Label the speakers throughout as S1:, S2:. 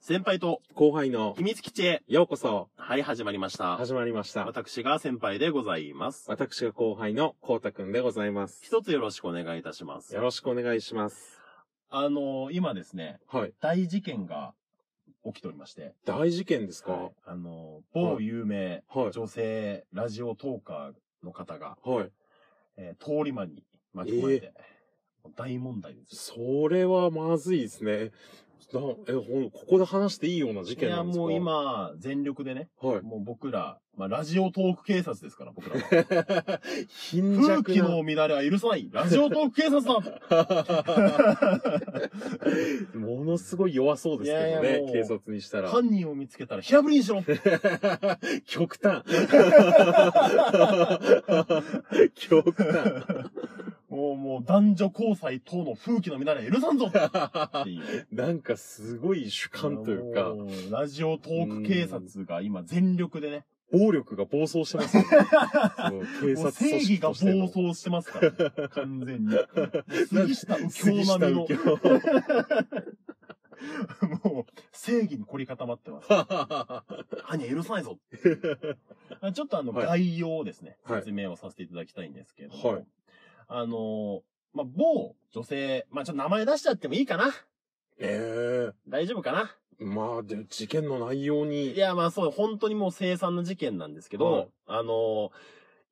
S1: 先輩と
S2: 後輩の
S1: 秘密基地へ。
S2: ようこそ
S1: はい、始まりました。
S2: 始まりました。
S1: 私が先輩でございます。
S2: 私が後輩のこうたくんでございます。
S1: 一つよろしくお願いいたします
S2: よ。ろしくお願いします。
S1: あのー今ですね、
S2: はい。
S1: 大事件が起きておりまして、
S2: 大事件ですか
S1: はいあのー某有名
S2: はい。
S1: 女性ラジオトーカーの方が、
S2: はい。
S1: えー通り魔に巻き込まれて、もう大問題です
S2: それはまずいですね。なえ、ほん、ここで話していいような事
S1: よ。
S2: 件
S1: いや、
S2: なんですか
S1: もう。今、全力でね、
S2: はい。
S1: もう僕ら、まあ、ラジオトーク警察ですから、僕らは。
S2: 貧
S1: 空
S2: 弱
S1: 気
S2: な
S1: の。乱れは許さないラジオトーク警察だ
S2: ものすごい弱そうですけどね、
S1: いやいやもう
S2: 警察にしたら。
S1: 犯人を見つけたら平振りにしろ
S2: 極端。 極端。
S1: もう、もう、男女交際等の風紀の乱れは許さんぞっていう。
S2: なんかすごい主観というか、
S1: もうラジオトーク警察が今全力でね。
S2: 暴力が暴走してますよね。その警
S1: もう
S2: 察
S1: 正
S2: 組
S1: 義
S2: 織
S1: が
S2: と
S1: 暴
S2: しての。
S1: 走してますから。完全に。杉下右京
S2: 杉下
S1: 並み
S2: 右
S1: の、
S2: 京。
S1: もう、正義に凝り固まってます。犯人は許さないぞあちょっとあの、
S2: はい
S1: 概要をですね、
S2: はい
S1: 説明をさせていただきたいんですけれども、
S2: はい
S1: あのーまあ、某女性、まあ、ちょっと名前出しちゃってもいいかな
S2: え
S1: 大丈夫かな
S2: えまあ、で、事件の内容
S1: い
S2: に。
S1: や、まあ、そう、本当にもう凄惨な事件なんですけど、
S2: はい
S1: あのー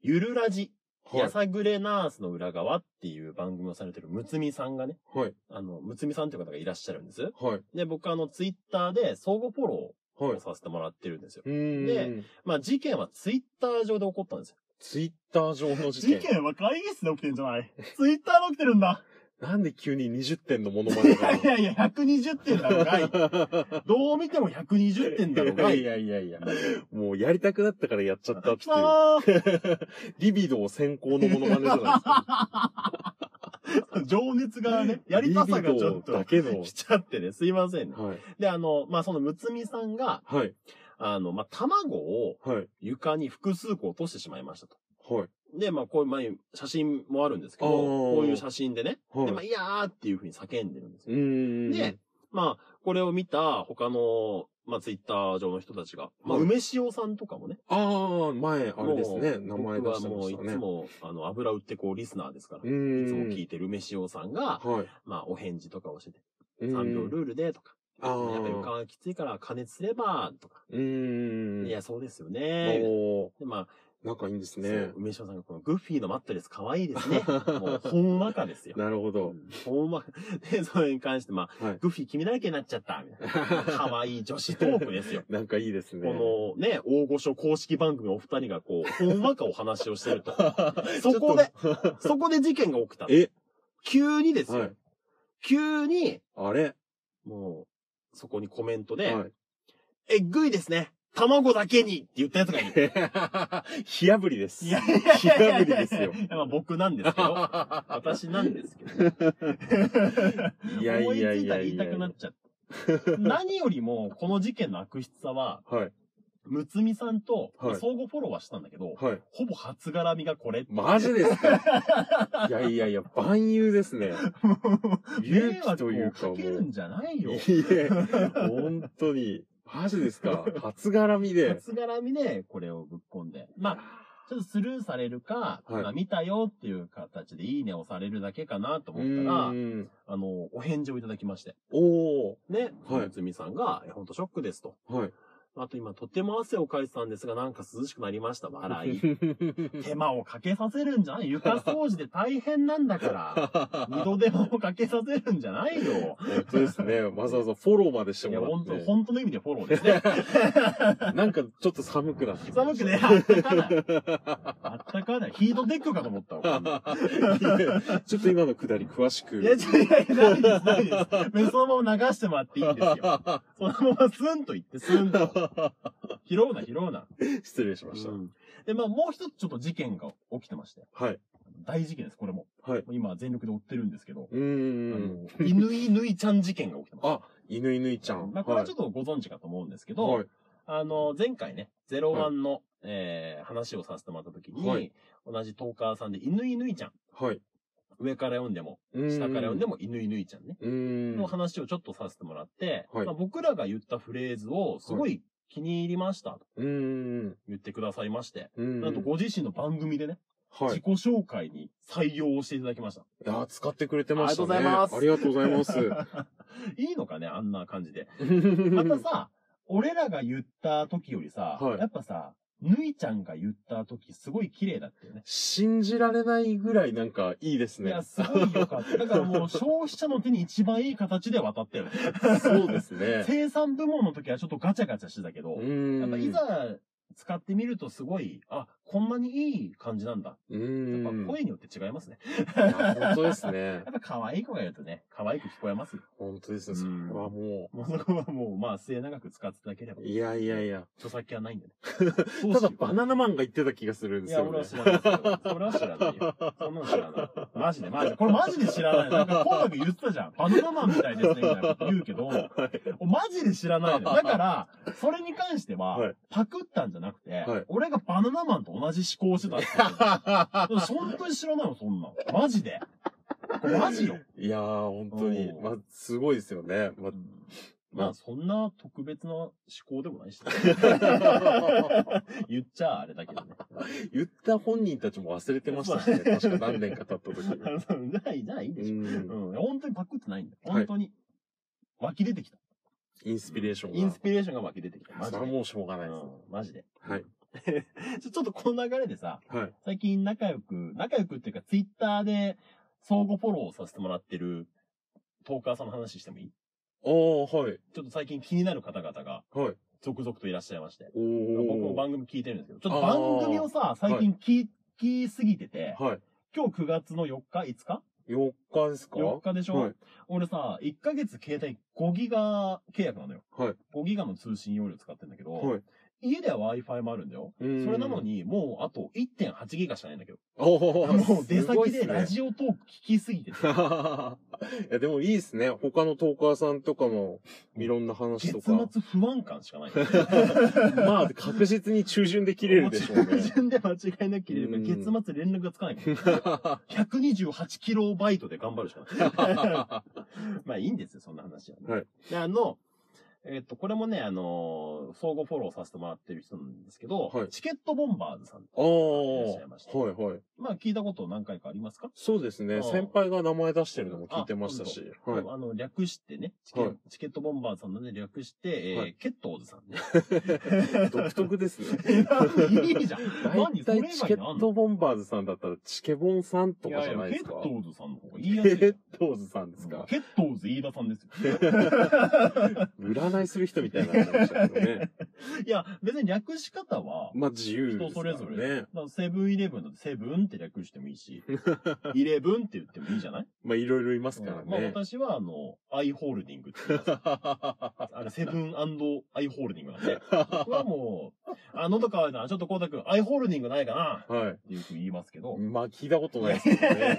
S1: ゆるラジ、
S2: はい
S1: や。さぐれナースの裏側っていう番組をされてるむつみさんがね、
S2: はい。
S1: あの、むつみさんという方がいらっしゃるんです。
S2: はい。
S1: で、僕あの、ツイッターで相互フォロ
S2: は
S1: ー
S2: い
S1: を。させてもらってるんですよ。
S2: うーん。
S1: まあ、事件はツイッター上で起こったんですよ。
S2: ツイッター上の事件。
S1: は会議室で起きてんじゃないツイッターで起きてるんだ
S2: なんで急に20点のものまねが。
S1: いやいや、120点だろがい。 どう見ても120点だろ がい。
S2: いやいやいやいや。もうやりたくなったからやっちゃったって
S1: き
S2: い
S1: たー
S2: う。 リビドー先行のものまねじゃないですか。
S1: 情熱がね、やりたさがちょっ
S2: リビドーだ
S1: と
S2: け の。
S1: 来ちゃってね、すいませんね。
S2: はい。
S1: で、あの、まあ、そのむつみさんが、
S2: はい。
S1: あの、まあ、卵を
S2: はい。
S1: 床に複数個落としてしまいましたと。
S2: はい。
S1: で、まあ、こういう、まあ、写真もあるんですけど、
S2: あー
S1: こういう写真でね、
S2: はい。
S1: で、まあ、いやーっていう風に叫んでるんですよ
S2: う。ーん。
S1: で、まあ、これを見た他の、まあ、ツイッター上の人たちが、まあ、
S2: はい
S1: 梅塩さんとかもね、
S2: ああ、前、あれですね。
S1: も
S2: 名
S1: う
S2: 前出し
S1: 僕は
S2: てま
S1: もう
S2: し
S1: い
S2: たね。
S1: つも、あの、油売ってこう、リスナーですから、
S2: う
S1: いつ
S2: ーん。
S1: も聞いてる梅塩さんが、
S2: はい。
S1: まあ、お返事とかをしてて、
S2: うーん
S1: 3秒ルールでとか、
S2: ああ。
S1: やっぱり床がきついから加熱すれば、とか、
S2: うーん。
S1: いや、そうですよね。
S2: おー、
S1: で、まあ、
S2: 仲いいんです
S1: そ
S2: ね
S1: う。梅塩さんがこのグッフィーのマットレス可愛いです ね。もう、ほんわかですよ。
S2: なるほ
S1: う
S2: ど。
S1: んほんわか。で、それに関して、まあ、
S2: はい
S1: グッフィー君だらけになっちゃった、みたいな。可愛い女子トークですよ。
S2: なんかいいですね。
S1: このね、大御所公式番組のお二人がこう、ほんわかお話をしてると。
S2: ちょっと
S1: そこ で、そこで事件が起きた。
S2: え
S1: 急にですよ。
S2: はい。
S1: 急に、
S2: あれ
S1: もう、そこにコメントで、
S2: はい。
S1: えっぐいですね。卵だけにって言ったやつが いる。
S2: 火炙りです。
S1: いやいやいやいやいや
S2: 火炙りですよ
S1: まあ僕なんですけど、私なんですけど、
S2: いやい
S1: 思い
S2: や
S1: つ
S2: い
S1: いた
S2: や
S1: ら言
S2: い
S1: い
S2: や
S1: た。くなっちゃった。何よりも、この事件の悪質さは、
S2: はい。
S1: むつみさんと、
S2: はい
S1: 相互フォローはしたんだけど、
S2: はい。
S1: ほぼ初絡みがこれ。
S2: マジで すかいやいやいや、万有ですね。勇気という
S1: 迷惑を
S2: かも
S1: か
S2: う。
S1: けるんじゃないよ。
S2: いえ、本当に。マジですか初絡みで。
S1: 初絡みでこれをぶっ込んで。まあ、ちょっとスルーされるか、
S2: はい
S1: まあ見たよっていう形でいいねをされるだけかなと
S2: う
S1: 思ったら、
S2: ーん。
S1: あの、お返事をいただきまして。
S2: おー。
S1: ね。
S2: はい
S1: むつみさんが、え、ほんとショックですと。
S2: はい。
S1: あと今、とても汗をかいてたんですが、なんか涼しくなりました。笑い。 手間をかけさせるんじゃない床掃除で大変なんだ から。二度手間をかけさせるんじゃないよ。
S2: 本当ですね。わざわざフォローまでして
S1: いや、
S2: も
S1: 本
S2: ら
S1: 当
S2: っ
S1: 本当の意味でフォローです ね。
S2: て。なんかちょっと寒くなってきま
S1: 寒く
S2: した
S1: ね、あったかない。あったかない。ヒートテックかと思った わ。
S2: いやちょっと今のくだり詳しく。
S1: いや、ちょいやいや、ないです、ないです。別にそのまま流してもらっていいんです よ。そのままスンと言って、スン と。拾うな、拾うな。
S2: 失礼しました。
S1: で、まあ、もう一つちょっと事件が起きてまして。
S2: はい。
S1: 大事件です、これも。
S2: はい。
S1: 今、全力で追ってるんですけど。
S2: うーん。
S1: あの、犬犬いちゃん事件が起きてま
S2: あ、犬犬ちゃ
S1: す。
S2: ん。
S1: まあ、これはちょっとご存知かと思うんですけど、
S2: はい。
S1: あの、前回ね、01の、えー話をさせてもらった時に、
S2: はい
S1: 同じトーカーさんで、犬犬いちゃん。
S2: はい。
S1: 上から読んでも、下から読んでも、犬犬いちゃんね。
S2: うーん。
S1: の話をちょっとさせてもらって、
S2: はい
S1: まあ僕らが言ったフレーズを、すごい気に入りました、と
S2: うーん。
S1: 言ってくださいまして、
S2: うん。
S1: なんとご自身の番組でね、
S2: はい。
S1: 自己紹介に採用をしていただきました。
S2: いやー、使ってくれてましたね。
S1: あり
S2: がとうございます。ありがとうございま
S1: いいのかねあんな感じで。
S2: す。
S1: またさ、俺らが言った時よりさ、
S2: はい
S1: やっぱさ、ぬいちゃんが言った時すごい綺麗だったよね。
S2: 信じられないぐらいなんかいいです
S1: い
S2: ね。
S1: や、すごい良か った。だからもう消費者の手に一番いい形で渡ったよね。
S2: そうで すね。
S1: 生産部門の時はちょっとガチャガチャしてたけど、
S2: うーん。
S1: やっぱいざ使ってみるとすごい、あ、こんなにいい感じなんだ。
S2: う
S1: やっぱ
S2: ーん。
S1: 声によって違い ますね。
S2: いや本当ですね
S1: や。っぱ可愛い子がいるとね、可愛く聞こえますよ。
S2: 本当です
S1: う
S2: ね。それ
S1: ん
S2: はも
S1: もうそこはもう、まあ末永く使っていただければ
S2: う。、いやいやいや。
S1: 著作権はないんでね。
S2: ただバナナマンが言ってた気がするん
S1: い
S2: です
S1: や、
S2: よ
S1: 俺は
S2: ね。
S1: 知らないですよ。それは知らないよ。そんなの知らない。マジで、マジで。これマジで知らない。なんか、紅白言ってたじゃん。バナナマンみたいですね、みたいなこと言うけど、マジで知らないの よ。だから、それに関しては、
S2: はい
S1: パクったんじゃなくて、
S2: はい
S1: 俺がバナナマンと同じ思考をしてたっていう。本当に知らないの、そんなの。マジで。これマジよ。
S2: いやー、本当に
S1: う。ん
S2: まあ、すごいですよね。まあ
S1: まあ、そんな特別な思考でもないし、 言っちゃあれだけどね。
S2: 言った本人たちも忘れてましたね。確か何年か経った時に。
S1: あのじゃあ、じゃあいいでしょ。
S2: うん。
S1: うん、本当にパクってないんだよ。
S2: はい
S1: 本当に。湧き出てきた。
S2: インスピレーションが。
S1: インスピレーションが湧き出てきた。マ
S2: そ
S1: ジ
S2: れ
S1: で。
S2: はもうしょうがないで
S1: うんマジで。
S2: はい
S1: ちょ。ちょっとこの流れでさ、
S2: す。はい。
S1: 最近仲良く、仲良くっていうか、ツイッターで相互フォローさせてもらってるトーカーさんの話してもいい
S2: おー、はい。
S1: ちょっと最近気になる方々が
S2: はい。
S1: 続々といらっしゃいまして。
S2: お
S1: 僕も
S2: ー。
S1: 番組聞いてるんですけど、ちょっと番組をさ、
S2: ー
S1: 最近聞きすぎてて、
S2: はい。
S1: 今日9月の4日、5日
S2: 4日ですか
S1: ?4 日でしょ、
S2: はい。
S1: 俺さ、1ヶ月携帯5ギガ契約なのよ。
S2: はい。
S1: 5ギガの通信容量使ってんだけど、
S2: はい。
S1: 家では Wi-Fi もあるんだよ。
S2: そ
S1: それなの。に、もうあと1.8ギガしかないんだけど。
S2: おー、
S1: もう出
S2: すご
S1: 先
S2: いっ
S1: です
S2: ね
S1: ラジオトーク聞きすぎてて。
S2: いや、でもいいですね。他のトーカーさんとかのいろんな話
S1: 月
S2: と
S1: 末
S2: か。
S1: 不安感しかない。
S2: まあ、確実に中旬で 切れるでしょう ね。
S1: 自分で間違いなく切れ
S2: う
S1: る
S2: ん
S1: から、月末連絡がつかない から。128キロバイトで頑張るしかない。 まあいいんですよ、そんな話は、ね。
S2: はい
S1: で、あの、えっと、これもね、あのー相互フォローさせてもらってる人なんですけど、
S2: はい
S1: チケットボンバーズさん。
S2: ああ、はいはい。
S1: まあ聞いたこと何回かありますか
S2: そうです
S1: あ
S2: ね。
S1: ー
S2: 先輩が名前出してるのも聞いてましたし。はい。
S1: あの、略してね、チケ,、
S2: はい
S1: チケットボンバーさんなんで略して、えー
S2: はい
S1: ケットおじさんね。
S2: 独特ですね。
S1: いいじゃん。何
S2: 大
S1: それ以
S2: 体チ
S1: 外
S2: ケ
S1: にあん
S2: ッ
S1: の
S2: トボンバーズさんだったらチケボンさんとかじゃな
S1: や
S2: いで
S1: や
S2: す
S1: ケ
S2: か
S1: ッ。トおじさんの方が言いやすいじゃ
S2: ケ
S1: ん
S2: ッ。トーズさんですか。
S1: ケットーズ飯田さんですよ。
S2: 占いする人みたいになってましたけどね。
S1: いや、別に略し方は、
S2: まあ自由で
S1: 人
S2: す
S1: そ
S2: から
S1: れ
S2: ね。
S1: ぞれ。だからセブンイレブンだとセブンって略してもいいし、イレブンって言ってもいいじゃない
S2: まあいろいろいますから
S1: まあ
S2: ね。
S1: 私は、あの、アイホールディングって言います。あれ、セブンアイホールディングなんで。 僕はもう、あ、喉乾いたな。ちょっと光太くん、アイホールディングないかな
S2: はい。
S1: ってよく言いますけど。
S2: まあ聞いたことないですけどね。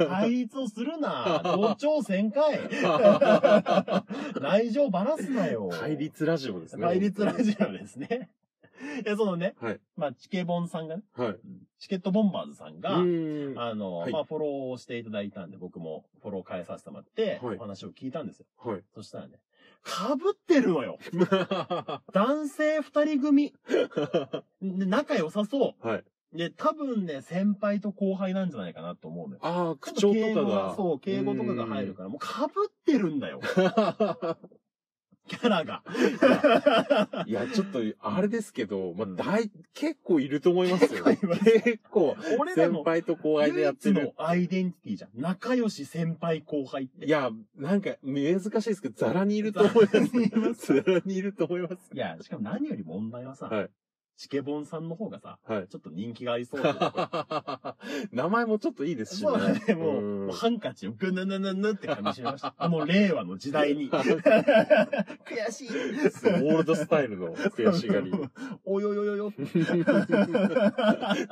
S1: 対立をするな同調せんかい 内情ばらすなよ
S2: 対立ラジオですね。
S1: 対立ラジオですね。いや、そのね、
S2: はい
S1: まあ、チケボンさんがね、
S2: オ。はい。
S1: チケットボンバーズさんが、
S2: うん。は
S1: あの、
S2: はい
S1: まあ、フォローをしていただいたんで、僕もフォロー変えさせてもらって、
S2: はい
S1: お話を聞いたんですよ。
S2: い。
S1: そしたらね、被ってるのよ
S2: は
S1: 男性二人組。で仲良さそ
S2: い。
S1: う。で、多分ね、先輩と後輩なんじゃないかなと思うのよ。
S2: ああ、口調
S1: ちょっ敬
S2: とか
S1: 語
S2: が。
S1: そう、敬語とかが入るから、もう被ってるんだよ。 キャラ が。
S2: いや、ちょっと、あれですけど、ま
S1: うん
S2: あ、大、結構いると思います よ。
S1: 結構います
S2: 結構、
S1: 俺ら
S2: 先
S1: の
S2: 輩と後輩で
S1: 唯
S2: やっ
S1: 一
S2: て
S1: の
S2: る。
S1: アイデンティティじゃん。仲良し先輩後輩って。
S2: いや、なんか、難しいですけど、ザラにいると思い
S1: ざらにいま
S2: ます。ザラにいると思います。
S1: いや、しかも何より問題はさ、
S2: はい
S1: チケボンさんの方がさ、
S2: はい。
S1: ちょっと人気がありそうだよ
S2: 名前もちょっといい ですしね。
S1: そうだね、もう、
S2: ん
S1: もうハンカチをぐぬぬぬぬって噛み締めま した。あの令和の時代に。 悔しい。
S2: オールドスタイルの悔しがり。
S1: およよよ よ。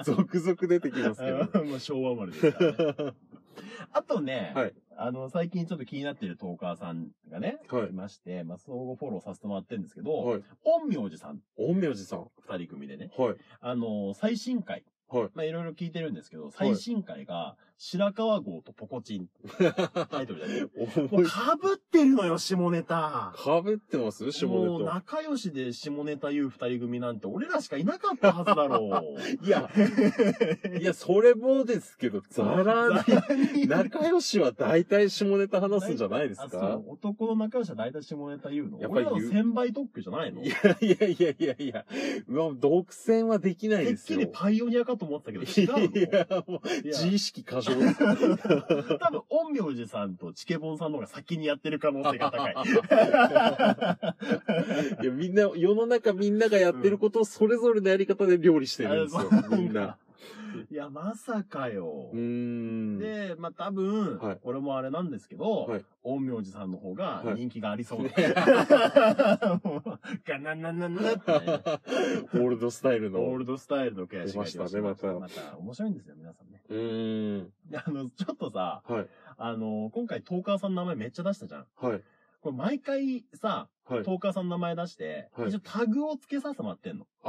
S2: 続々出てきますけど。
S1: もう昭和生まれですからね、あとね、
S2: はい
S1: あの、最近ちょっと気になってるトーカーさんがね、
S2: はい
S1: いまして、まあ、相互フォローさせてもらってるんですけど、
S2: はい。
S1: 陰陽師さん
S2: 陰陽師さん。
S1: 二人組でね、
S2: はい。
S1: あの、最新回、
S2: はい
S1: まあ、いろいろ聞いてるんですけど、
S2: い
S1: 最新回が、白川郷とポコチン。タイトルだね。も
S2: 思
S1: う
S2: い、
S1: かぶってるのよ、下ネタ。
S2: かぶってます下
S1: もう
S2: ネタ。
S1: 仲良しで下ネタ言う二人組なんて俺らしかいなかったはずだろう。
S2: いや、いや、それもですけど、ざらに、仲良しは大体下ネタ話すんじゃないです
S1: あそ
S2: か
S1: う男の仲良しは大体下ネタ言うの。
S2: やっぱり言う
S1: 俺らの千倍特許じゃないの
S2: いや いやいやいやいや、うわ独占はできない
S1: てっ
S2: です
S1: き
S2: よ。
S1: りパイオニアかと思ってたけど違うの
S2: いや、もう、
S1: いや
S2: 自意識過 剰ですね
S1: 多分、陰陽師さんとチケボンさんの方が先にやってる可能性が高い。
S2: いや、みんな、世の中みんながやってることをそれぞれのやり方で料理してるんですよ、
S1: あそう
S2: みんな。
S1: いや、まさかよ
S2: う。 ーん。
S1: で、まあ、多分、
S2: はい
S1: 俺もあれなんですけど、
S2: はい
S1: 陰陽師さんの方が
S2: はい
S1: 人気がありそう で。もうガナナナナってね、
S2: オールドスタイル
S1: オー
S2: の。
S1: ルドスタイルの悔しがりをして
S2: 出ましたね
S1: また面白いんですよ、皆さんね。
S2: うーん。
S1: であの、ちょっとさ、
S2: はい。
S1: あの、今回、トーカーさんの名前めっちゃ出したじゃん。
S2: はい。
S1: これ毎回さ、
S2: はい。
S1: トーカーさんの名前出して、
S2: はい
S1: 一応タグをつけさせてもらってんの。
S2: あ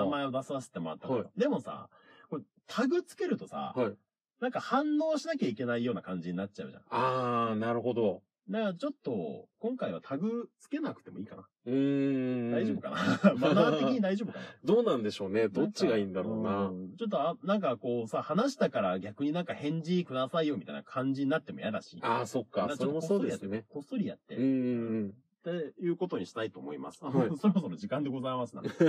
S2: あ。
S1: 名。前を出させてもらったから
S2: はい
S1: でもさ、これタグつけるとさ、
S2: はい。
S1: なんか反応しなきゃいけないような感じになっちゃうじゃん。
S2: ああ、なるほど。
S1: だからちょっと、今回はタグつけなくてもいいかな。
S2: うーん。
S1: 大丈夫 かなマナー的に大丈夫かな
S2: どうなんでしょう ね。どっちがいいんだろうな。
S1: んちょっとあ、なんかこうさ、話したから逆になんか返事くださいよみたいな感じになっても嫌だし。
S2: ああ、そっ
S1: だ
S2: か。
S1: らち
S2: そ
S1: ょっ
S2: れ
S1: と
S2: もそうですね。
S1: こっそりやって。こっ
S2: う
S1: そりやって
S2: ーん。
S1: っていうことにしたいと思います。あ
S2: はい
S1: そろそろ時間でございますな。 じゃあ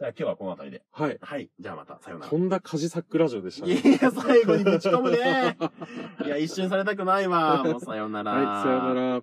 S1: 今日はこの辺りで。
S2: はい。
S1: はい。じゃあまた、さようなら
S2: と。んだカジサックラジオでした
S1: い
S2: ね。
S1: や、最後にぶち込むね。いや、一瞬されたくないわ。もうさようなら。
S2: はい、さようなら。